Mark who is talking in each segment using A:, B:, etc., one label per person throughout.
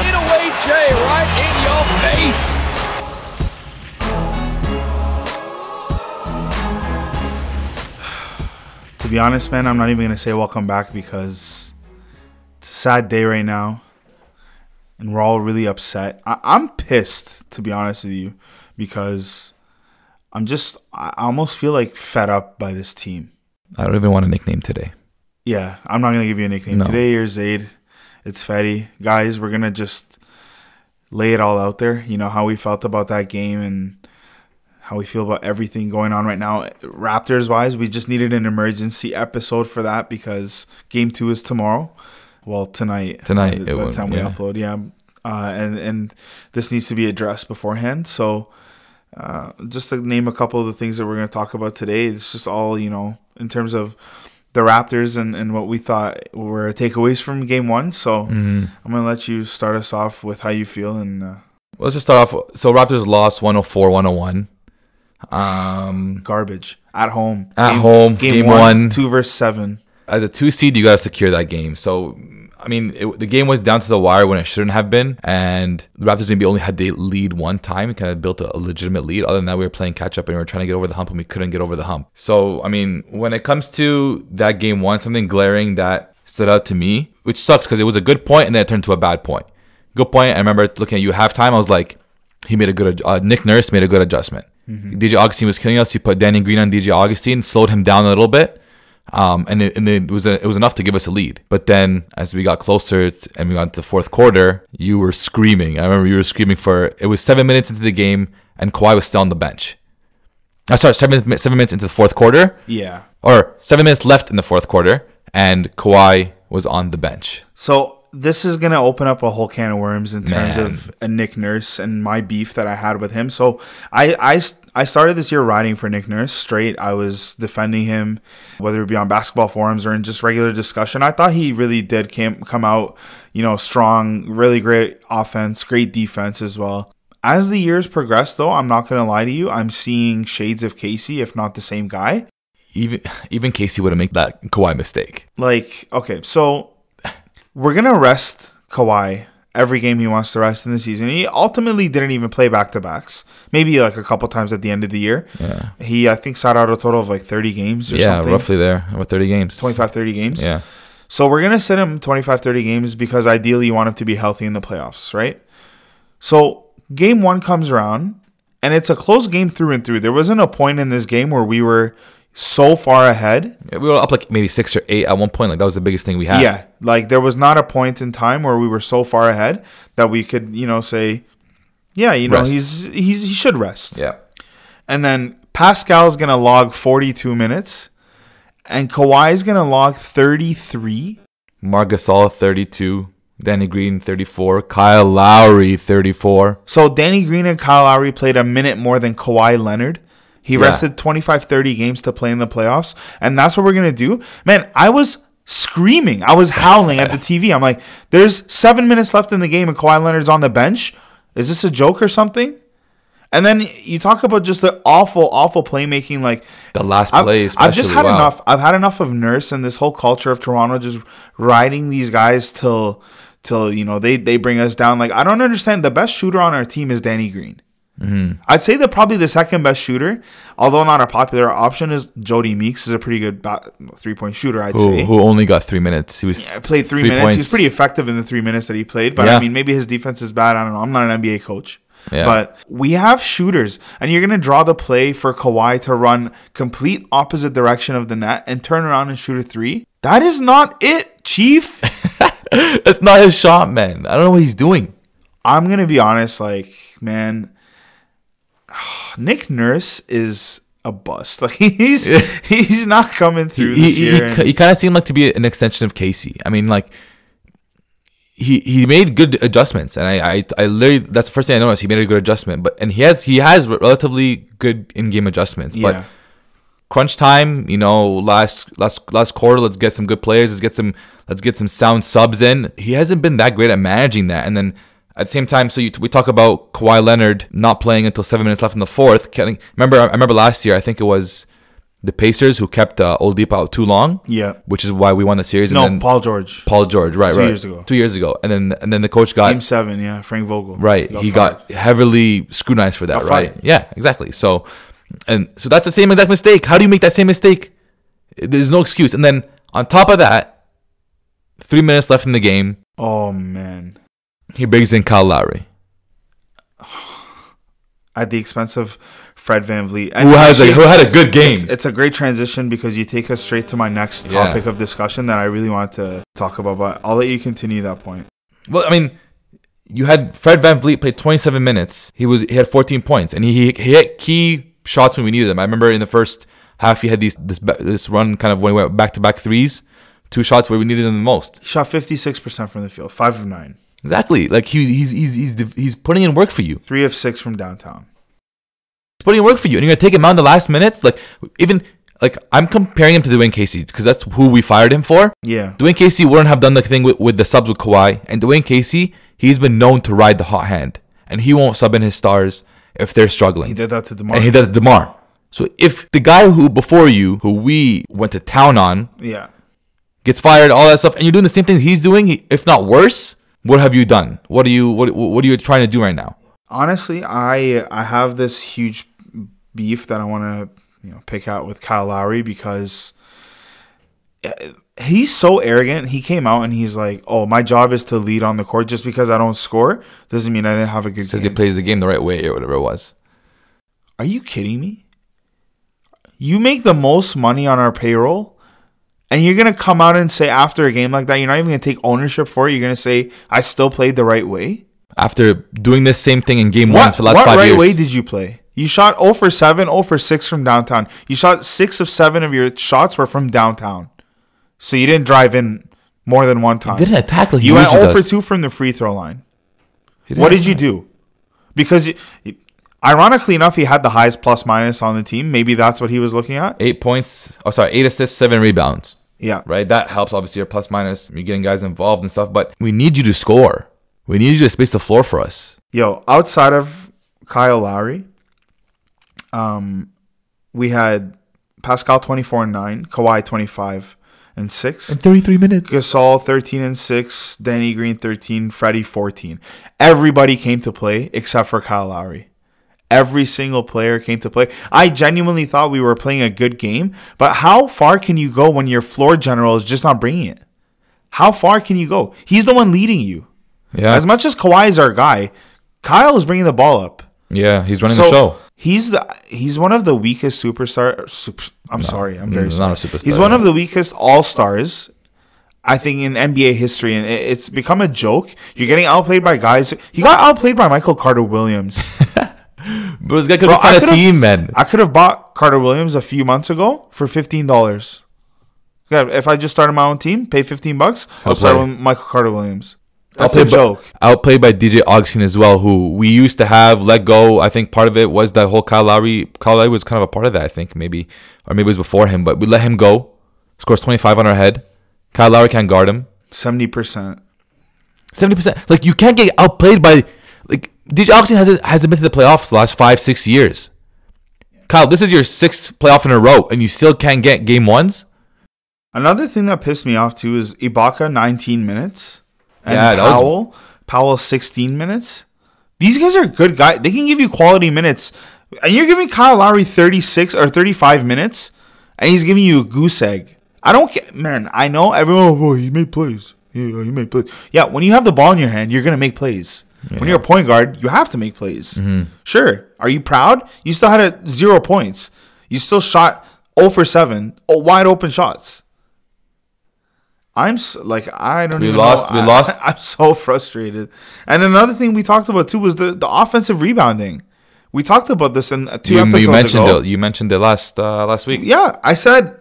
A: J right in your face.
B: To be honest, man, I'm not even gonna say welcome back because it's a sad day right now, and we're all really upset. I- I'm pissed, to be honest with you, because I'm just I I almost feel like fed up by this team.
C: I don't even want a nickname today.
B: Yeah, I'm not gonna give you a nickname
C: No.
B: today. You're Zaid. It's Fetty. Guys, we're gonna just lay it all out there. You know how we felt about that game and how we feel about everything going on right now. Raptors wise, we just needed an emergency episode for that because game two is tomorrow. Well, tonight.
C: Tonight,
B: uh,
C: it
B: by the
C: won't-
B: time we
C: yeah.
B: upload, yeah. Uh, and and this needs to be addressed beforehand. So uh, just to name a couple of the things that we're going to talk about today, it's just all, you know, in terms of the Raptors and, and what we thought were takeaways from game one. So
C: Mm-hmm.
B: I'm going to let you start us off with how you feel. And uh,
C: Let's just start off. So Raptors lost 104 101. Um,
B: garbage at home.
C: At home, game one.
B: Two versus seven.
C: as a two seed, you got to secure that game. So, I mean, it, the game was down to the wire when it shouldn't have been. And the Raptors maybe only had the lead one time, kind of built a, a legitimate lead. Other than that, we were playing catch up and we were trying to get over the hump and we couldn't get over the hump. So, I mean, when it comes to that game one, something glaring that stood out to me, which sucks because it was a good point and then it turned to a bad point. Good point. I remember looking at you halftime. I was like, he made a good ad- uh, Nick Nurse made a good adjustment. DJ Augustine was killing us. He put Danny Green on DJ Augustine, slowed him down a little bit, um, and it, and it was a, it was enough to give us a lead. But then as we got closer t- and we got to the fourth quarter, you were screaming. I remember you were screaming for it was seven minutes into the game, and Kawhi was still on the bench. I sorry, seven mi- seven minutes into the fourth quarter,
B: Yeah.
C: or seven minutes left in the fourth quarter, and Kawhi was on the bench.
B: So this is gonna open up a whole can of worms in terms
C: Man.
B: of a Nick Nurse and my beef that I had with him. So I I I started this year riding for Nick Nurse straight. I was defending him, whether it be on basketball forums or in just regular discussion. I thought he really did came, come out, you know, strong, really great offense, great defense as well. As the years progress, though, I'm not gonna lie to you, I'm seeing shades of Casey, if not the same guy.
C: Even even Casey would have made that Kawhi mistake.
B: Like, okay, so we're gonna rest Kawhi every game he wants to rest in the season. He ultimately didn't even play back to backs. Maybe like a couple times at the end of the year. Yeah. He I think sat out a total of like thirty games or
C: yeah,
B: something.
C: roughly there. About 30 games.
B: 25, 30 games.
C: Yeah.
B: So we're going to sit him 25, 30 games because ideally you want him to be healthy in the playoffs, right? So game one comes around and it's a close game through and through. There wasn't a point in this game where we were so far ahead
C: We were up like maybe six or eight at one point. Like that was the biggest thing we had.
B: Yeah, like there was not a point in time where we were so far ahead that we could, you know, say, yeah, you know,
C: Rest.
B: he's he's he should rest.
C: Yeah.
B: And then Pascal's gonna log 42 minutes, and Kawhi's gonna log 33.
C: Marc Gasol, 32. Danny Green, 34. Kyle Lowry, 34.
B: So Danny Green and Kyle Lowry played a minute more than Kawhi Leonard. He
C: Yeah.
B: rested 25, 30 games to play in the playoffs, and that's what we're gonna do. Man, I was screaming, I was howling at the TV. I'm like, there's seven minutes left in the game, and Kawhi Leonard's on the bench. Is this a joke or something? And then you talk about just the awful, awful playmaking. Like
C: The last
B: I've-
C: play,
B: I've,
C: especially.
B: just had
C: wow.
B: enough. I've had enough of Nurse and this whole culture of Toronto just riding these guys till till you know they they bring us down. Like I don't understand. The best shooter on our team is Danny Green.
C: Mm-hmm.
B: I'd say that probably the second best shooter, although not a popular option, is Jody Meeks. is a pretty good ba- three point shooter. I'd
C: Who,
B: say
C: who only got three minutes? He was
B: I played three, minutes. He was
C: points.
B: pretty effective in the three minutes that he played, but I
C: Yeah.
B: mean, maybe his defense is bad. I don't know. I'm not an NBA coach.
C: Yeah.
B: But we have shooters, and you're going to draw the play for Kawhi to run complete opposite direction of the net and turn around and shoot a three. That is not it, Chief.
C: That's not his shot, man. I don't know what he's doing.
B: I'm going to be honest. Like, man, Nick Nurse is a bust. Like, he's he's not coming through
C: He,
B: this
C: he,
B: year.
C: he,
B: and-
C: kind of seemed like to be an extension of Casey. I mean, like, he, he made good adjustments, and I, I I literally that's the first thing I noticed. He made a good adjustment, but and he has he has relatively good in game adjustments.
B: Yeah.
C: But crunch time, you know, last last last quarter, let's get some good players, let's get some let's get some sound subs in. He hasn't been that great at managing that, and then. At the same time, so you, we talk about Kawhi Leonard not playing until seven minutes left in the fourth. Can- Remember, I remember last year. I think it was the Pacers, who kept uh, Oladipo out too long,
B: Yeah.
C: which is why we won the series.
B: No,
C: and then
B: Paul George.
C: Paul George, right,
B: Two
C: right,
B: years ago.
C: two years ago, and then and then the coach got
B: Game seven, yeah. Frank Vogel.
C: right.
B: fired.
C: he got heavily scrutinized for that,
B: Got
C: right?
B: fired.
C: Yeah, exactly. So, and so that's the same exact mistake. How do you make that same mistake? There's no excuse. And then on top of that, three minutes left in the game,
B: Oh man.
C: he brings in Kyle Lowry,
B: At the expense of Fred Van Vliet.
C: who has a, who had a good game.
B: it's, it's a great transition because you take us straight to my next
C: Yeah.
B: topic of discussion that I really wanted to talk about, but I'll let you continue that point.
C: Well, I mean, you had Fred Van Vliet play 27 minutes. He was he had 14 points, and he, he hit key shots when we needed them. I remember in the first half, he had these this ba- this run kind of when we went back to back threes, two shots where we needed them the most.
B: He shot 56% from the field, 5 of 9,
C: Exactly, like he, he's he's he's the- he's putting in work for you.
B: 3 of 6 from downtown.
C: He's putting in work for you, and you're gonna take him out in the last minutes. Like even like I'm comparing him to Dwayne Casey because that's who we fired him for.
B: Yeah.
C: Dwayne Casey wouldn't have done the thing with, with the subs with Kawhi, and Dwayne Casey, he's been known to ride the hot hand, and he won't sub in his stars if they're struggling.
B: He did that to DeMar.
C: and he does it to Demar. So if the guy who before you, who we went to town on,
B: yeah.
C: gets fired, all that stuff, and you're doing the same thing he's doing, he- if not worse, what have you done? What are you what what are you trying to do right now?
B: honestly, I I have this huge beef that I want to you know pick out with Kyle Lowry because eh, he's so arrogant. He came out and he's like, "Oh, my job is to lead on the court. Just because I don't score doesn't mean I didn't have a good
C: Says he
B: game."
C: plays the game the right way or whatever it was.
B: Are you kidding me? You make the most money on our payroll. And you're gonna come out and say after a game like that, you're not even gonna take ownership for it. You're gonna say, "I still played the right way."
C: After doing this same thing in game one for the last
B: what
C: five
B: right
C: years.
B: way did you play? You shot 0 for 7, 0 for 6 from downtown. You shot 6 of 7 of your shots were from downtown. So you didn't drive in more than one time.
C: didn't attack like he
B: you went
C: usually
B: 0 for
C: does.
B: 2 from the free throw line.
C: He didn't
B: What did you do? Because y- ironically enough, he had the highest plus minus on the team. Maybe that's what he was looking at.
C: eight points oh sorry, eight assists, seven rebounds.
B: Yeah.
C: right? That helps obviously your plus minus, you're getting guys involved and stuff, but we need you to score. We need you to space the floor for us.
B: Yo, outside of Kyle Lowry, um, we had Pascal 24 and 9, Kawhi 25 and 6.
C: 33 minutes.
B: Gasol 13 and 6, Danny Green 13, Freddie 14. Everybody came to play except for Kyle Lowry. Every single player came to play. I genuinely thought we were playing a good game, but how far can you go when your floor general is just not bringing it? How far can you go? He's the one leading you.
C: Yeah.
B: As much as Kawhi is our guy, Kyle is bringing the ball up.
C: yeah, he's running
B: So
C: the show.
B: he's the he's one of the weakest superstar. Super, I'm sorry, I'm very
C: he's
B: sorry.
C: not a superstar,
B: he's one
C: yeah.
B: of the weakest all stars. I think in NBA history, and it- it's become a joke. You're getting outplayed by guys. He got outplayed by Michael Carter Williams.
C: But this guy could
B: Bro, I
C: find a
B: could've-
C: team, man.
B: I could have bought Carter Williams a few months ago for fifteen dollars. God, if I just started my own team, pay fifteen bucks, I'll start
C: play.
B: with Michael Carter Williams. That's a
C: Outplayed by-
B: joke.
C: Outplayed by DJ Augustine as well, who we used to have let go. I think part of it was that whole Kyle Lowry. Kyle Lowry was kind of a part of that, I think, maybe. Or maybe it was before him, but we let him go. Scores 25 on our head. Kyle Lowry can't guard him.
B: Seventy percent.
C: 70%. Like, you can't get outplayed by. Like, DJ Augustine hasn't, hasn't been to the playoffs the last five, six years. Kyle, this is your sixth playoff in a row, and you still can't get game ones?
B: Another thing that pissed me off too is Ibaka 19 minutes and
C: Yeah, that was-
B: Powell Powell 16 minutes. These guys are good guys. They can give you quality minutes. And you're giving Kyle Lowry 36 or 35 minutes and he's giving you a goose egg. I don't care, man. I know everyone. Oh, he made plays. Yeah, he made plays. Yeah, when you have the ball in your hand, you're gonna make plays. When you're a point guard, you have to make plays.
C: Mm-hmm.
B: Sure. Are you proud? You still had a zero points. You still shot 0 for 7, oh, wide open shots. I'm s like I don't.
C: We
B: even
C: lost-
B: Know.
C: we
B: I,
C: lost.
B: I'm so frustrated. And another thing we talked about too was the, the offensive rebounding. We talked about this in uh, two
C: you,
B: episodes
C: you mentioned
B: ago.
C: it. You mentioned it last uh, last week.
B: Yeah, I said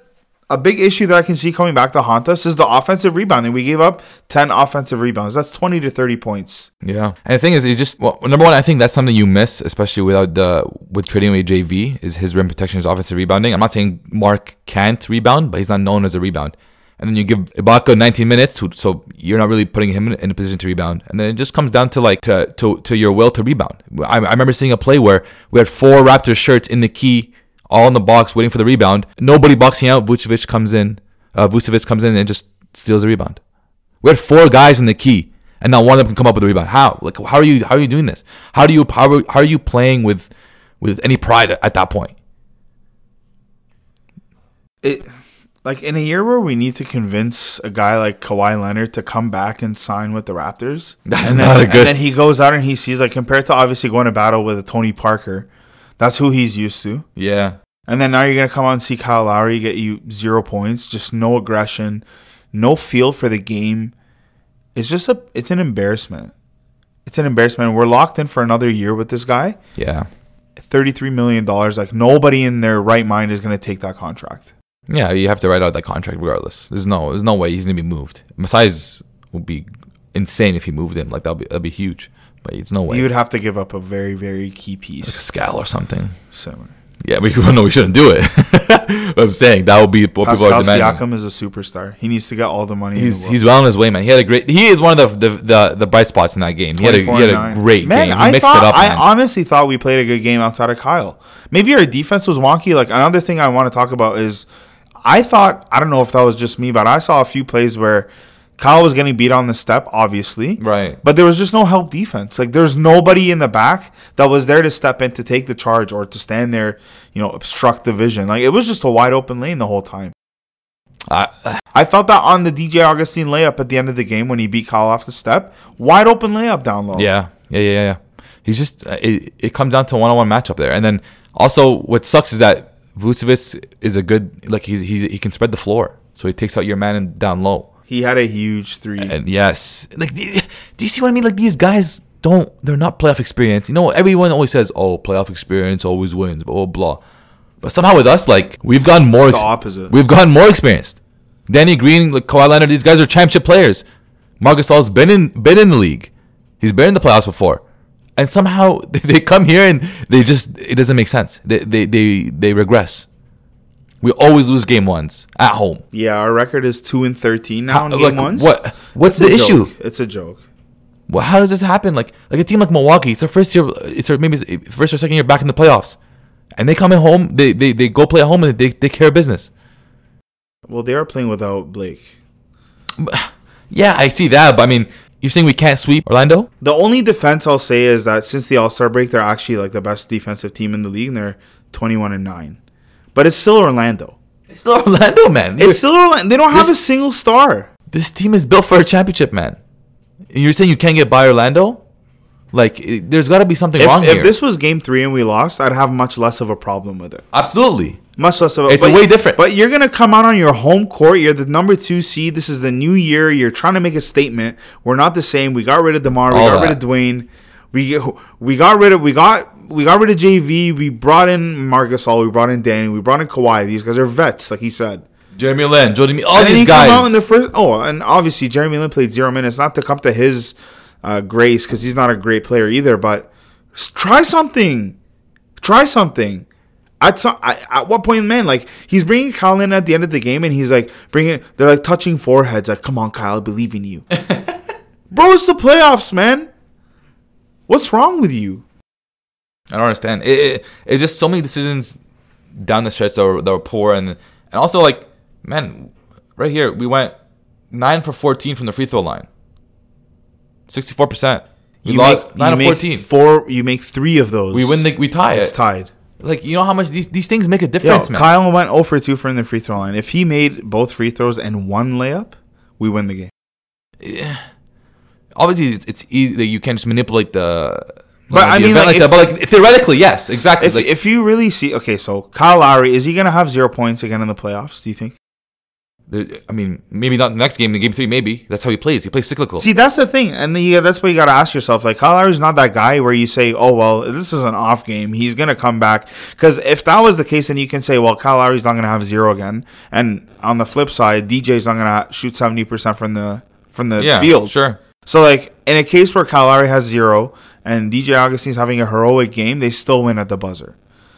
B: a big issue that I can see coming back to haunt us is the offensive rebounding. We gave up ten offensive rebounds. That's twenty to thirty points.
C: Yeah. And the thing is, it just well, number one, I think that's something you miss, especially without the with trading away JV is his rim protection, his offensive rebounding. I'm not saying Mark can't rebound, but he's not known as a rebound. And then you give Ibaka 19 minutes, who- so you're not really putting him in, in a position to rebound. And then it just comes down to like to to, to your will to rebound. I, I remember seeing a play where we had four Raptors shirts in the key all in the box waiting for the rebound. Nobody boxing out. Vucevic comes in. Uh, Vucevic comes in and just steals the rebound. We had four guys in the key, and not one of them can come up with a rebound. How? Like, how are you? How are you doing this? How do you? How are, how are you playing with, with any pride at that point?
B: It like in a year where we need to convince a guy like Kawhi Leonard to come back and sign with the Raptors.
C: That's
B: and then,
C: not a good-
B: And then he goes out and he sees like compared to obviously going to battle with a Tony Parker, that's who he's used to.
C: Yeah,
B: And then now you're gonna come out and see Kyle Lowry get you zero points, just no aggression, no feel for the game. It's just a it's an embarrassment. It's an embarrassment. We're locked in for another year with this guy.
C: yeah,
B: Thirty three million dollars. Like nobody in their right mind is gonna take that contract.
C: yeah. You have to write out that contract regardless. There's no, there's no way he's gonna be moved. Masai's would be insane if he moved him. Like that'd be that'd be huge. But it's no way.
B: You would have to give up a very, very key piece.
C: Pascal or something.
B: Similar.
C: Yeah, but you know we shouldn't do it. But I'm saying that would be what people
B: Pascal
C: are demanding.
B: Siakam is a superstar. He needs to get all the money
C: He's
B: in the world.
C: he's well on his way, man. He had a great. He is one of the the the, the bright spots in that game. He had a, he
B: 24
C: had a
B: and nine.
C: great
B: man,
C: game. He
B: I
C: mixed
B: thought,
C: it up,
B: I
C: man.
B: honestly thought we played a good game outside of Kyle. Maybe our defense was wonky. Like another thing I want to talk about is, I thought I don't know if that was just me, but I saw a few plays where Kyle was getting beat on the step, obviously,
C: Right.
B: But there was just no help defense. Like there's nobody in the back that was there to step in to take the charge or to stand there, you know, obstruct the vision. Like it was just a wide open lane the whole time.
C: I,
B: I felt that on the DJ Augustine layup at the end of the game when he beat Kyle off the step, wide open layup down low.
C: yeah, yeah, yeah, yeah, yeah. He's just uh, it. It comes down to one on one matchup there, and then also what sucks is that Vucevic is a good like he's, he's he can spread the floor, so he takes out your man and down low.
B: He had a huge three.
C: And yes, like do you see what I mean? Like these guys don't they're not playoff experience. You know, everyone always says, "Oh, playoff experience always wins," blah blah. blah. But somehow with us, like we've gotten more.
B: It's the opposite.
C: We've gotten more experienced. Danny Green, like Kawhi Leonard, these guys are championship players. Marcus Gasol's been in been in the league. He's been in the playoffs before. And somehow they come here and they just it doesn't make sense. They they they, they regress. We always lose game ones at home.
B: Yeah, our record is two and thirteen now in game
C: Like,
B: ones.
C: what what's
B: It's a
C: the issue?
B: joke. It's a joke.
C: Well, how does this happen? Like like a team like Milwaukee, it's their first year, it's their maybe it's first or second year back in the playoffs, and they come in home, they they, they go play at home and they they care business.
B: Well, they are playing without Blake.
C: Yeah, I see that, but I mean, you're saying we can't sweep Orlando?
B: The only defense I'll say is that since the All Star break, they're actually like the best defensive team in the league, and they're twenty one and nine. But it's still Orlando.
C: It's still Orlando, man.
B: It's still Orlando. They don't have a
C: This-
B: single star.
C: this team is built for a championship, man. And you're saying you can't get by Orlando? Like, it, there's got to be something
B: If,
C: wrong
B: if
C: here.
B: this was Game Three and we lost, I'd have much less of a problem with it.
C: Absolutely.
B: Much less of
C: It's
B: but-
C: way different.
B: But you're gonna come out on your home court. You're the number two seed. This is the new year. You're trying to make a statement. We're not the same. We got rid of Demar. We
C: All
B: got rid
C: that.
B: of Dwayne. We we got rid of we got we got rid of JV. We brought in Marcus All. We brought in Danny. We brought in Kawhi. These guys are vets, like he said.
C: Jeremy Lin, Jody, Me- all
B: And then he
C: these
B: came
C: guys.
B: out in the first. Oh, and obviously Jeremy Lin played zero minutes. Not to come to his uh, grace because he's not a great player either. But s- try something. Try something. At some, I, at what point, man? Like he's bringing Kyle in at the end of the game, and he's like bringing. They're like touching foreheads. Like, come on, Kyle, I believe in you, bro. It's the playoffs, man. What's wrong with you?
C: I don't understand. It, it, it's just so many decisions down the stretch that were, that were poor. And, and also, like, man, right here, we went 9 for 14 from the free throw line 64%. We lost 9
B: you
C: of
B: make
C: 14.
B: Four. You make three of those.
C: We win the, we tie
B: It's
C: it.
B: tied.
C: Like, you know how much these, these things make a
B: Yo,
C: difference, man.
B: Kyle went 0 for 2 from the free throw line. If he made both free throws and one layup, we win the game.
C: obviously it's, it's easy that you can just manipulate the
B: But
C: the
B: I mean,
C: event
B: like,
C: that. but like theoretically yes exactly
B: If,
C: like,
B: if you really see, okay, so Kyle Lowry, is he going to have zero points again in the playoffs, do you think?
C: the- I mean maybe not the next game in game three maybe that's how he plays he plays cyclical
B: See, that's the thing. And then you, that's what you got to ask yourself. Like, Kyle Lowry's not that guy where you say, oh, well, this is an off game. He's going to come back. Because if that was the case, then you can say, well, Kyle Lowry's not going to have zero again. And on the flip side, DJ's not going to shoot 70% from the from the
C: yeah
B: field.
C: sure
B: So like in a case where Calari has zero and DJ Augustine's having a heroic game, they still win at the buzzer.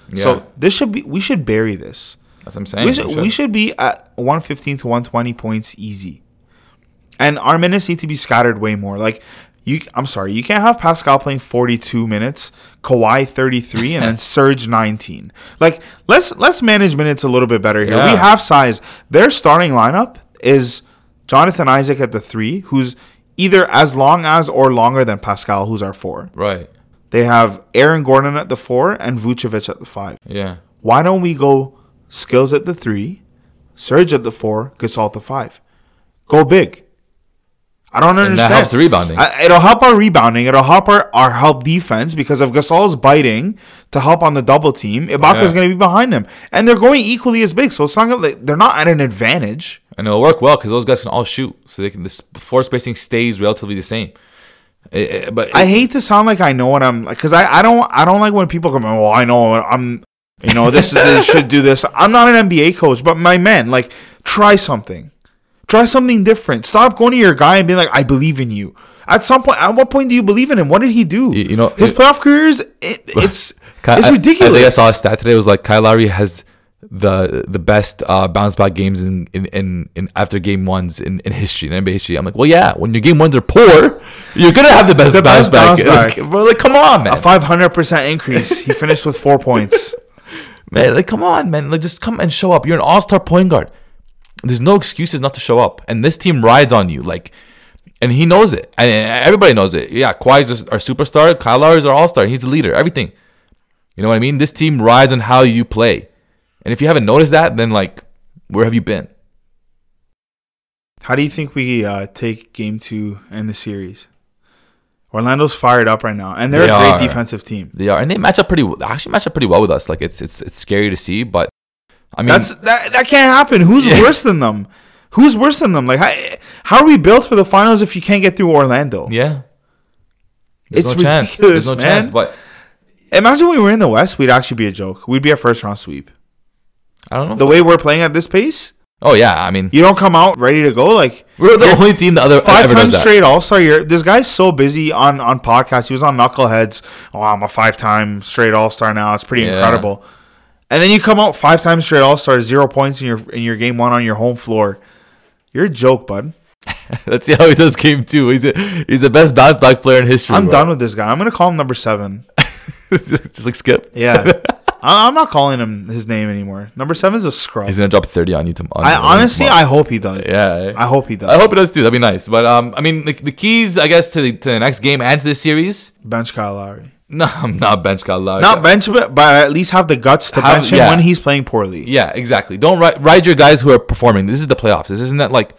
C: yeah
B: So this should be we should bury this.
C: that's what I'm saying
B: We should, we should be at 115 to 120 points easy. And our minutes need to be scattered way more. Like You, I'm sorry, you can't have Pascal playing 42 minutes, Kawhi 33, and then Serge 19. Like let's let's manage minutes a little bit better here.
C: Yeah.
B: We have size. Their starting lineup is Jonathan Isaac at the three, who's either as long as or longer than Pascal, who's our four.
C: Right.
B: They have Aaron Gordon at the four and Vucevic at the five.
C: Yeah.
B: Why don't we go skills at the three, Surge at the four, Gasol at the five? Go big. I don't understand.
C: helps the rebounding.
B: I- it'll help our rebounding. It'll help our, our help defense because if Gasol's biting to help on the double team, Ibaka's
C: Yeah.
B: going to be behind him, and they're going equally as big. So it's not gonna, like, they're not at an advantage.
C: And it'll work well because those guys can all shoot, so they can. This floor spacing stays relatively the same. It- it- but
B: I hate to sound like I know what I'm like because I, I don't I don't like when people come. Well, I know what I'm. You know this is this should do this. I'm not an NBA coach, but my man, like try something, try something different. Stop going to your guy and being like, I believe in you. At some point, at what point do you believe in him? What did he do?
C: You- you know,
B: his
C: it-
B: playoff career is it, it's
C: Ky-
B: it's
C: I-
B: ridiculous.
C: I, think I saw a stat today. It was like Kyle Lowry has the the best uh, bounce back games in in, in, in after game ones in, in history in NBA history. I'm like, well, yeah. When your game ones are poor, you're gonna have the best bounce
B: best
C: back.
B: bounce
C: Like,
B: back.
C: bro, like, come on, man.
B: a 500 percent increase. He finished with four points.
C: man. Like, come on, man. Like, just come and show up. You're an all star point guard. There's no excuses not to show up. And this team rides on you. Like, and he knows it. And and everybody knows it. Yeah, Kawhi's just our superstar. Kyle Lowry's our all star. He's the leader. Everything. You know what I mean? This team rides on how you play. And if you haven't noticed that, then like, where have you been?
B: How do you think we uh, take game two and the series? Orlando's fired up right now, and they're
C: They
B: a great
C: are.
B: defensive team.
C: They are, and they match up pretty. They actually match up pretty well with us. Like, it's it's it's scary to see, but I mean,
B: That's that that can't happen. Who's
C: Yeah.
B: worse than them? Who's worse than them? Like how, how are we built for the finals if you can't get through Orlando?
C: yeah. There's
B: It's
C: no chance.
B: ridiculous,
C: There's no
B: man.
C: chance. But
B: Imagine we were in the West, we'd actually be a joke. We'd be a first round sweep.
C: I don't know.
B: The way we're playing at this pace,
C: oh yeah, I mean,
B: you don't come out ready to go. Like
C: We're the only team that other
B: five
C: ever
B: times
C: does that.
B: straight All Star year. This guy's so busy on on podcasts. He was on Knuckleheads. Oh, I'm a five time straight All Star now. It's pretty
C: Yeah.
B: incredible. And then you come out five times straight All Star, zero points in your in your game one on your home floor. You're a joke, bud.
C: Let's see how he does game two. He's a, he's the best bounce back player in history.
B: I'm
C: bro.
B: done with this guy. I'm gonna call him number seven.
C: Just like skip.
B: Yeah. I, I'm not calling him his name anymore. Number seven's a scrub.
C: He's gonna drop thirty on you tomorrow.
B: I honestly, I hope he does.
C: yeah. eh?
B: I hope he does.
C: I hope it does too. That'd be nice. But um, I mean, the, the keys, I guess, to the, to the next game and to this series.
B: bench Kyle Lowry.
C: No, I'm not bench Kyle Lowry.
B: Not bench, but, but at least have the guts to
C: Have-
B: bench him
C: yeah.
B: when he's playing poorly.
C: Yeah, exactly. Don't ride, ride your guys who are performing. This is the playoffs. This isn't that like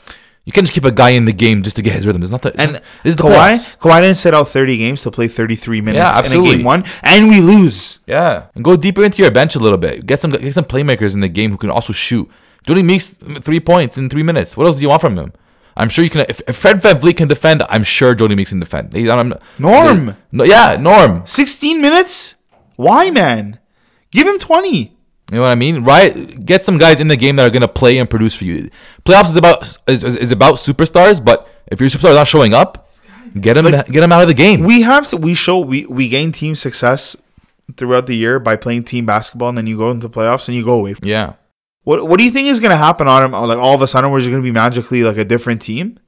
C: you can't just keep a guy in the game just to get his rhythm. It's not the
B: And
C: this is the
B: Kawhi,
C: playoffs.
B: Kawhi didn't sit out 30 games to play 33 minutes
C: Yeah,
B: in a
C: absolutely.
B: game one, and we lose.
C: Yeah, and go deeper into your bench a little bit. Get some get some playmakers in the game who can also shoot. Jordan Meeks three points in three minutes. What else do you want from him? I'm sure you can. If, if Fred VanVleet can defend, I'm sure Jordan Meeks can defend. He's, I'm,
B: Norm!
C: they- no, yeah, Norm.
B: 16 minutes? Why, man? Give him 20.
C: You know what I mean? Right? Get some guys in the game that are gonna play and produce for you. Playoffs is about is, is, is about superstars, but if your superstar's not showing up, get him get him out of the game.
B: We have to. We show we we gain team success throughout the year by playing team basketball, and then you go into the playoffs and you go away.
C: yeah.
B: What What do you think is going to happen on him? Like all of a sudden, we're just going to be magically like a different team.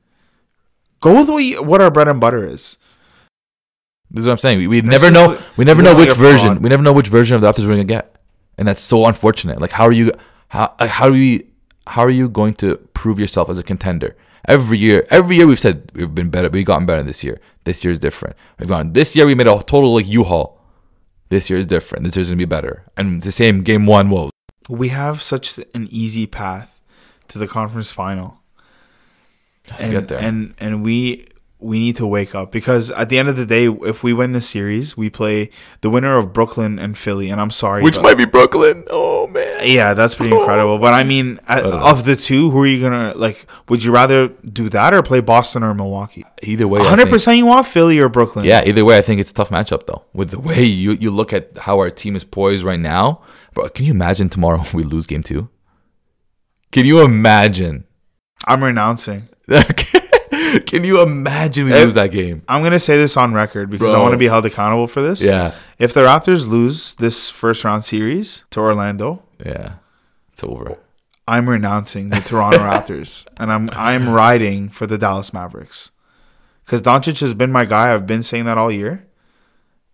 B: Go with what, you, what our bread and butter is.
C: This is what I'm saying. We, we
B: This
C: never
B: is
C: know.
B: the-
C: we never
B: this
C: know
B: is
C: which
B: like a fraud.
C: version. We never know which version of the Raptors we're gonna get, and that's so unfortunate. Like, how are you? How uh, how are we? How are you going to prove yourself as a contender? Every year, every year we've said we've been better. We've gotten better this year. This year is different. We've gone. This year we made a total like U-Haul. This year is different. This year's gonna be better. And it's the same game one. Whoa.
B: We have such an easy path to the conference final.
C: Let's
B: and,
C: get there.
B: And and we we need to wake up because at the end of the day, if we win the series, we play the winner of Brooklyn and Philly. And I'm sorry,
C: Which
B: but-
C: might be Brooklyn. Oh man.
B: Yeah, that's pretty incredible. But I mean, uh, of the two, who are you gonna like? Would you rather do that or play Boston or Milwaukee?
C: Either way, I think-
B: Hundred percent, you want Philly or Brooklyn.
C: Yeah, either way, I think it's a tough matchup though. With the way you, you look at how our team is poised right now, bro, can you imagine tomorrow we lose game two? Can you imagine?
B: I'm renouncing.
C: can you imagine we
B: Eh.
C: lose that game?
B: I'm gonna say this on record because I
C: Bro.
B: want to be held accountable for this.
C: Yeah,
B: If the Raptors lose this first round series to Orlando,
C: yeah, it's over.
B: I'm renouncing the Toronto Raptors and I'm I'm riding for the Dallas Mavericks. because Doncic has been my guy. I've been saying that all year,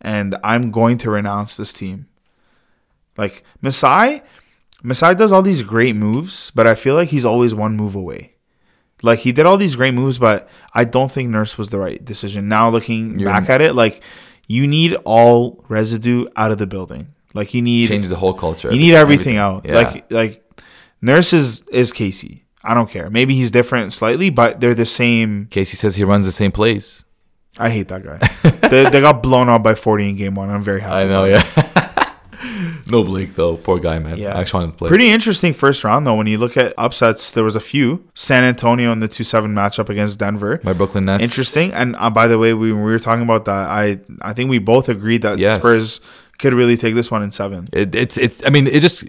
B: and I'm going to renounce this team. Like Masai, Masai does all these great moves, but I feel like he's always one move away. Like he did all these great moves, but I don't think Nurse was the right decision. Now looking
C: You're-
B: back at it, like you need all residue out of the building. Like you need
C: Changes the whole culture.
B: you need everything, out.
C: Yeah.
B: Like like Nurse is is Casey. I don't care. Maybe he's different slightly, but they're the same.
C: Casey says he runs the same plays.
B: I hate that guy. they, they got blown out by forty in game one. I'm very happy.
C: I know, yeah. no Blake though, poor guy, man.
B: Yeah.
C: I just want to play.
B: Pretty interesting first round though. When you look at upsets, there was a few. San Antonio in the two seven matchup against Denver.
C: My Brooklyn Nets.
B: Interesting. And uh, by the way, we, we were talking about that. I I think we both agreed that
C: Yes.
B: Spurs could really take this one in seven.
C: It, it's it's. I mean, it just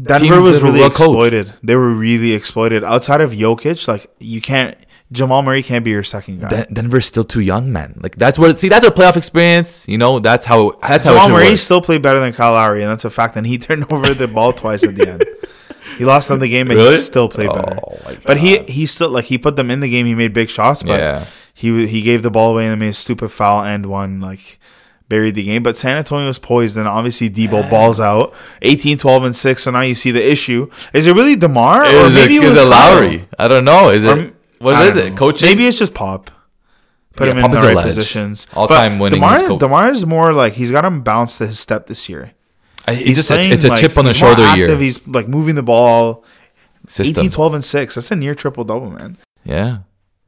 B: Denver
C: teams
B: was
C: that were
B: really
C: well coached.
B: exploited. They were really exploited. Outside of Jokic, like you can't Jamal Murray can't be your second guy.
C: Den- Denver's still too young, man. Like that's what. See, that's a playoff experience. You know, that's how. That's how.
B: Jamal
C: It should
B: Murray
C: work.
B: still played better than Kyle Lowry, and that's a fact. And he turned over the ball twice at the end. He lost on the game, and
C: Really?
B: he still played better.
C: Oh, my
B: but he he still like he put them in the game. He made big shots, but
C: Yeah.
B: he he gave the ball away and made a stupid foul and one like buried the game. But San Antonio was poised, and obviously Debo balls out 18, 12, and six. So now you see the issue. Is it really Demar
C: It was, a, it was a
B: Kyle?
C: Lowry. I don't know. Is
B: Or-
C: it? What
B: I
C: is
B: don't
C: it?
B: know.
C: Coaching.
B: Maybe it's just Pop. Put
C: Yeah,
B: him in
C: Pop
B: the
C: is a
B: right
C: legend.
B: positions.
C: All-time
B: But
C: winning
B: Demar,
C: scope.
B: Demar is more like he's got him bounce to his step this year.
C: I- it's just
B: playing,
C: a, it's a
B: like,
C: chip on the
B: he's more
C: shoulder
B: active,
C: year
B: He's like moving the ball.
C: system.
B: 18, 12, and 6. That's a near triple double, man.
C: Yeah,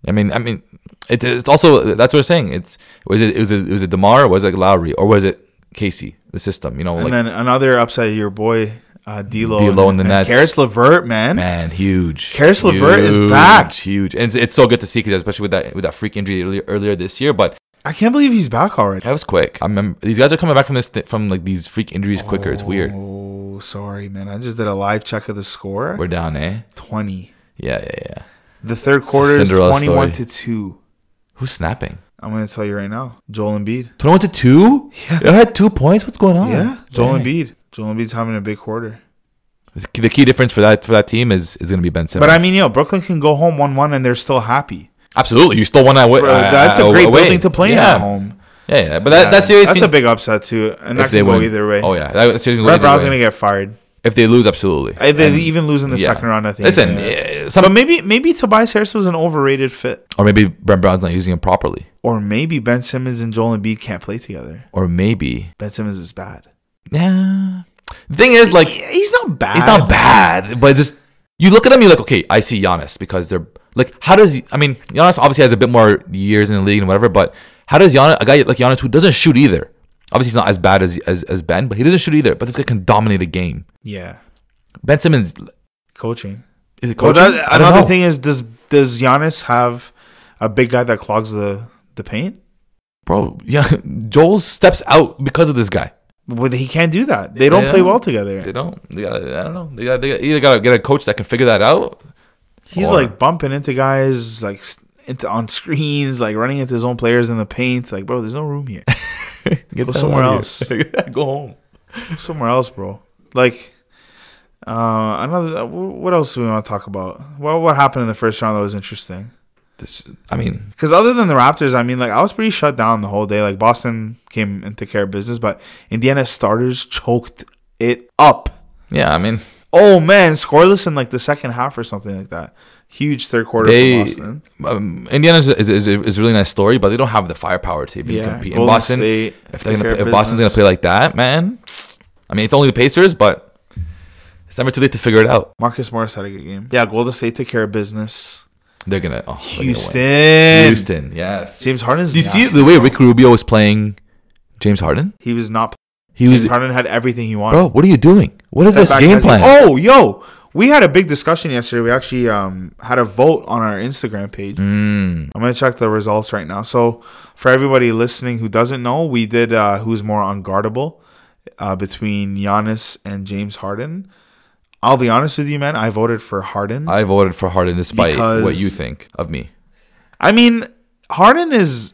C: I mean, I mean, it's it's also that's what I'm saying. It's was it was it was it Demar or was it Lowry or was it Casey? The system, you know,
B: And
C: like
B: then another upside, your boy uh, D'Lo.
C: D'Lo in the
B: and
C: Nets.
B: Karis LeVert, man.
C: man, huge.
B: Karis LeVert is
C: Huge,
B: back.
C: huge, and it's, it's so good to see because especially with that with that freak injury earlier, earlier this year, but
B: I can't believe he's back already.
C: that was quick. I remember these guys are coming back from this th- from like these freak injuries quicker. It's weird.
B: Oh, sorry, man. I just did a live check of the score.
C: We're down, eh?
B: 20.
C: Yeah, yeah, yeah.
B: The third quarter is
C: Cinderella
B: 21
C: story.
B: to 2.
C: Who's snapping?
B: I'm going to tell you right now. Joel Embiid.
C: Twenty-one to two. Yeah, I had two points. What's going on?
B: Yeah, Joel
C: Dang.
B: Embiid. Joel Embiid's having a big quarter.
C: The key difference for that for that team is is going to be Ben Simmons.
B: But I mean, yo, Brooklyn can go home 1 1 and they're still happy.
C: Absolutely, you still won that. Way,
B: Bro, that's a great building to play in
C: Uh, oh, yeah.
B: at home.
C: Yeah, yeah, but that,
B: Yeah,
C: that series
B: That's
C: can,
B: a big upset, too. And that
C: if they
B: can go
C: win
B: either way.
C: Oh yeah, that that series can go
B: Brett
C: either
B: Brown's
C: way.
B: going to get fired.
C: if they lose, absolutely.
B: If they
C: And-
B: even lose in the
C: yeah.
B: second round, I think. he's
C: Listen,
B: gonna-
C: eh,
B: But
C: some,
B: maybe maybe Tobias Harris was an overrated fit.
C: or maybe Brent Brown's not using him properly,
B: Or maybe Ben Simmons and Joel Embiid can't play together.
C: or maybe
B: Ben Simmons is bad.
C: yeah. The thing is, like,
B: He- he's not bad.
C: he's not bad, but just you look at him, you're like, okay, I see Giannis because they're like, how does he- I mean, Giannis obviously has a bit more years in the league and whatever, but how does Giannis, a guy like Giannis who doesn't shoot either, obviously he's not as bad as as, as Ben, but he doesn't shoot either, but this guy can dominate a game.
B: Yeah.
C: Ben Simmons
B: Coaching.
C: is it
B: Well,
C: coaching?
B: that-
C: I don't
B: another
C: know.
B: thing is does does Giannis have a big guy that clogs the, the paint?
C: bro. Yeah, Joel steps out because of this guy.
B: Well, he can't do that. They don't
C: Yeah.
B: play well together.
C: They don't. They gotta, I don't know. They, gotta, they either gotta get a coach that can figure that out.
B: He's
C: Or-
B: like bumping into guys like s- into on screens, like running into his own players in the paint. Like, bro, there's no room here.
C: Get
B: Go
C: the hell
B: somewhere
C: out
B: else.
C: of here. Go home.
B: Go somewhere else, bro. Like, uh, another. What else do we want to talk about? Well, what happened in the first round that was interesting?
C: This, I mean,
B: Because other than the Raptors, I mean, like I was pretty shut down the whole day. Like Boston came and took care of business, but Indiana starters choked it up.
C: yeah. I mean,
B: Oh man, scoreless in like the second half or something like that. Huge third quarter
C: They-
B: for Boston.
C: um, Indiana is, is, is, is a really nice story, but they don't have the firepower to even
B: Yeah,
C: compete. In
B: Golden
C: Boston,
B: State
C: if
B: took
C: they're gonna,
B: care
C: play,
B: of
C: if Boston's gonna
B: business.
C: play like that, man. I mean, it's only the Pacers, but it's never too late to figure it out.
B: Marcus Morris had a good game. Yeah, Golden State took care of business.
C: They're gonna. Oh, they're gonna win.
B: Houston.
C: Houston. Yes.
B: James Harden's.
C: Do you see
B: nasty.
C: the way Ricky Rubio was playing James Harden?
B: He was not.
C: He
B: James
C: was,
B: Harden had everything he wanted.
C: bro. What are you doing? What is
B: Step
C: this
B: back
C: game
B: guys.
C: plan?
B: Oh, yo, we had a big discussion yesterday. We actually um, had a vote on our Instagram page.
C: Mm,
B: I'm gonna check the results right now. So for everybody listening who doesn't know, we did uh, who's more unguardable uh, between Giannis and James Harden. I'll be honest with you, man. I voted for Harden.
C: I voted for Harden despite what
B: Because-
C: you think of me.
B: I mean, Harden is.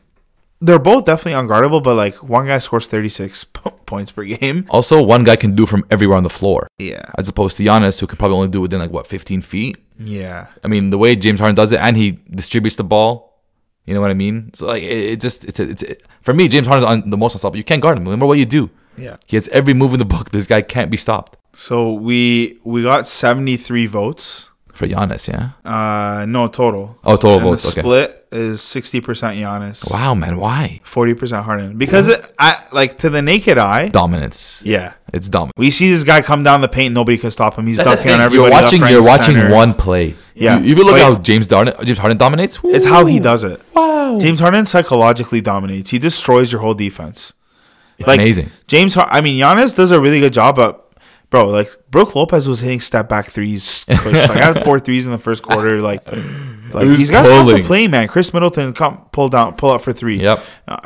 B: They're both definitely unguardable, but like one guy scores 36 p- points per game.
C: Also, one guy can do from everywhere on the floor,
B: Yeah.
C: as opposed to Giannis, who can probably only do within like what 15 feet.
B: Yeah.
C: I mean, the way James Harden does it, and he distributes the ball. You know what I mean? So like it, it just it's a, it's a, for me James Harden's on the most unstoppable. You can't guard him. Remember what you do.
B: Yeah.
C: He has every move in the book. This guy can't be stopped.
B: So we we got 73 votes.
C: For Giannis, yeah.
B: Uh, no total.
C: Oh, total
B: and
C: votes,
B: The
C: okay.
B: split is 60% Giannis,
C: Wow, man, why
B: 40% Harden. Because it, I like to the naked eye.
C: dominance?
B: Yeah.
C: It's dominant.
B: We see this guy come down the paint, nobody can stop him. He's
C: That's the
B: dunking on
C: thing.
B: everybody.
C: You're
B: left,
C: watching.
B: right,
C: You're
B: and
C: watching
B: center.
C: one play.
B: Yeah.
C: You, if you look
B: But-
C: at how James Darden, James Harden dominates.
B: It's how he
C: Ooh.
B: does it.
C: Wow.
B: James Harden psychologically dominates. He destroys your whole defense. Like,
C: amazing.
B: James Harden. I mean, Giannis does a really good job, but bro, like Brooke Lopez was hitting step back threes. Kush. like I had four threes in the first quarter. Like, like
C: was
B: these guys come to
C: pulling.
B: play, man. Chris Middleton come pull down, pull up for three.
C: Yep.
B: Uh,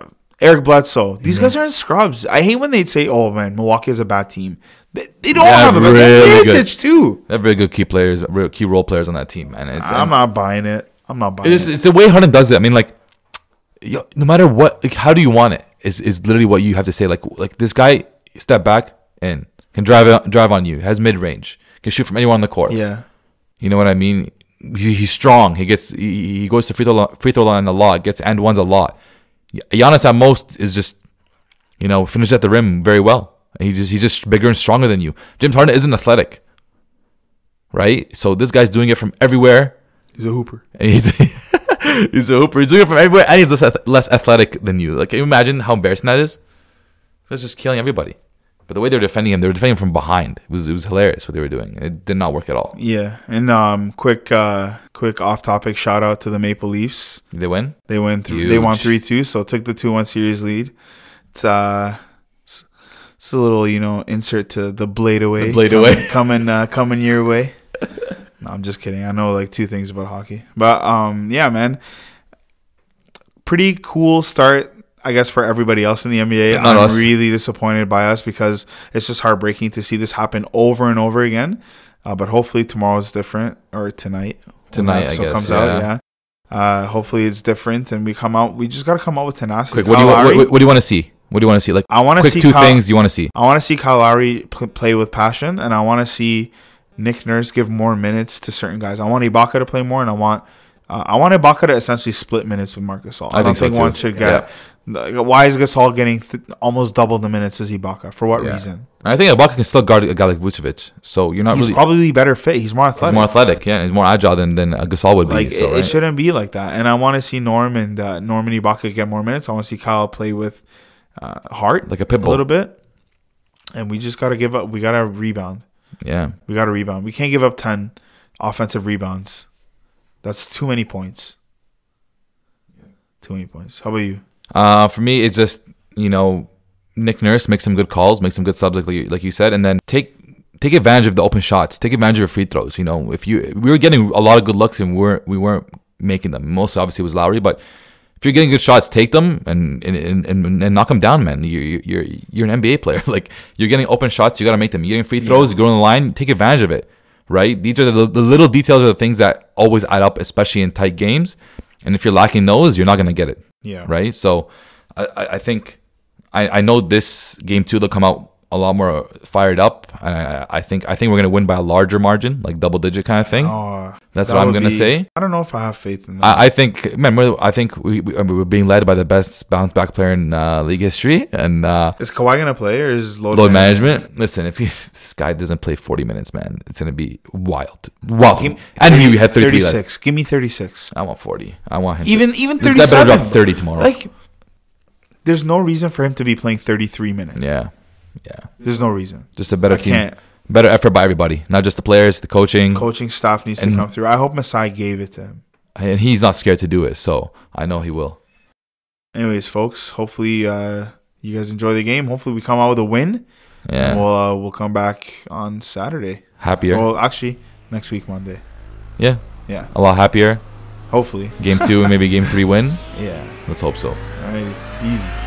B: Eric Bledsoe. These guys are in scrubs. I hate when they say, "Oh man, Milwaukee is a bad team." They, they don't
C: They're
B: have a bad
C: really
B: really
C: good.
B: Heritage too.
C: They're very good key players, real key role players on that team, man. It's
B: I'm not buying it. I'm not buying it.
C: it's, it's the way Harden does it. I mean, like, yo, no matter what, like, how do you want it? Is is literally what you have to say. Like, like this guy step back and can drive on- drive on you, has mid range, can shoot from anywhere on the court.
B: Yeah.
C: You know what I mean? He, he's strong. He gets he, he goes to free throw li- free throw line a lot, gets and ones a lot. Y- Giannis at most is just you know finishes at the rim very well. He just he's just bigger and stronger than you. James Harden isn't athletic, right? So this guy's doing it from everywhere.
B: He's a hooper.
C: And he's he's a hooper. He's doing it from everywhere, and he's less, ath- less athletic than you. Like, can you imagine how embarrassing that is? That's just killing everybody. But the way they were defending him, they were defending him from behind. It was it was hilarious what they were doing. It did not work at all.
B: Yeah. And um quick uh quick off topic shout out to the Maple Leafs.
C: Did they win?
B: They went through they won
C: Huge.
B: three two, so took the two one series lead. It's uh it's- it's a little, you know, insert to the blade away.
C: The blade
B: coming,
C: away.
B: coming uh coming your way. no, I'm just kidding. I know like two things about hockey. But um yeah, man. Pretty cool start. I guess for everybody else in the NBA,
C: Not
B: I'm
C: us.
B: really disappointed by us because it's just heartbreaking to see this happen over and over again. Uh, but hopefully tomorrow is different, or tonight. when the
C: Tonight, I
B: episode
C: guess,
B: Comes
C: yeah.
B: out, yeah. Uh, hopefully it's different, and we come out. We just gotta come out with tenacity.
C: Quick, what do you
B: Kyle
C: what,
B: Lowry,
C: what, what do you want to see? What do you want to see? Like,
B: I want to
C: quick
B: see
C: two
B: Kyle,
C: things you want to see.
B: I want to see Kyle Lowry pl- play with passion, and I want to see Nick Nurse give more minutes to certain guys. I want Ibaka to play more, and I want uh, I want Ibaka to essentially split minutes with Marcus All.
C: I think so too.
B: one should
C: Yeah.
B: get. like, Why is Gasol getting th- almost double the minutes as Ibaka? For what
C: Yeah.
B: reason?
C: And I think Ibaka can still guard a guy like Vucevic, so you're not
B: He's
C: really
B: probably better fit. He's more athletic.
C: he's more athletic, yeah, and he's more agile than than uh, Gasol would be.
B: Like
C: so,
B: it,
C: right?
B: it shouldn't be like that. And I want to see Norm and uh, Norman Ibaka get more minutes. I want to see Kyle play with uh, heart,
C: Like a pit
B: a
C: bull.
B: little bit. And we just gotta give up. We gotta rebound.
C: yeah,
B: We gotta rebound. We can't give up ten offensive rebounds. That's too many points. Too many points. How about you?
C: Uh, for me, it's just you know Nick Nurse makes some good calls, makes some good subs, like you- like you said, and then take take advantage of the open shots, take advantage of your free throws. You know, if you we were getting a lot of good looks and we weren't we weren't making them. Most obviously was Lowry, but if you're getting good shots, take them and and, and, and, and knock them down, man. You you- you're you're an NBA player. Like you're getting open shots, you got to make them. You're getting free throws, you go on the line, take advantage of it. Right? These are the, the little details are the things that always add up, especially in tight games. And if you're lacking those, you're not gonna get it
B: Yeah.
C: right? So I, I- I think I, I know this game too. They'll come out a lot more fired up, and I, I think I think we're gonna win by a larger margin, like double digit kind of thing.
B: Uh,
C: That's
B: that
C: what I'm
B: would
C: gonna
B: be-
C: say.
B: I don't know if I have faith in that.
C: I, I think, man, we're, I think we, we, we're being led by the best bounce back player in uh, league history, and uh,
B: is Kawhi gonna play or is load,
C: load
B: management?
C: management. Listen, if, he, if this guy doesn't play 40 minutes, man, it's gonna be wild, wild.
B: Give me-
C: and he had 33. left.
B: 36. Give me 36.
C: I want 40. I want him. to-
B: Even even
C: This
B: 37.
C: guy better drop 30 tomorrow.
B: Like, there's no reason for him to be playing 33 minutes.
C: yeah, yeah.
B: There's no reason.
C: Just a better
B: I
C: team,
B: can't.
C: better effort by everybody, not just the players, the coaching.
B: Coaching staff needs
C: And-
B: to come through. I hope Masai gave it to him.
C: and he's not scared to do it. So I know he will.
B: Anyways, folks, hopefully uh, you guys enjoy the game. Hopefully we come out with a win.
C: Yeah,
B: And we'll uh, we'll come back on Saturday.
C: happier.
B: Well, actually, next week Monday.
C: yeah,
B: Yeah,
C: a lot happier.
B: hopefully.
C: Game two and maybe game three win.
B: Yeah.
C: Let's hope so.
B: All right. Easy.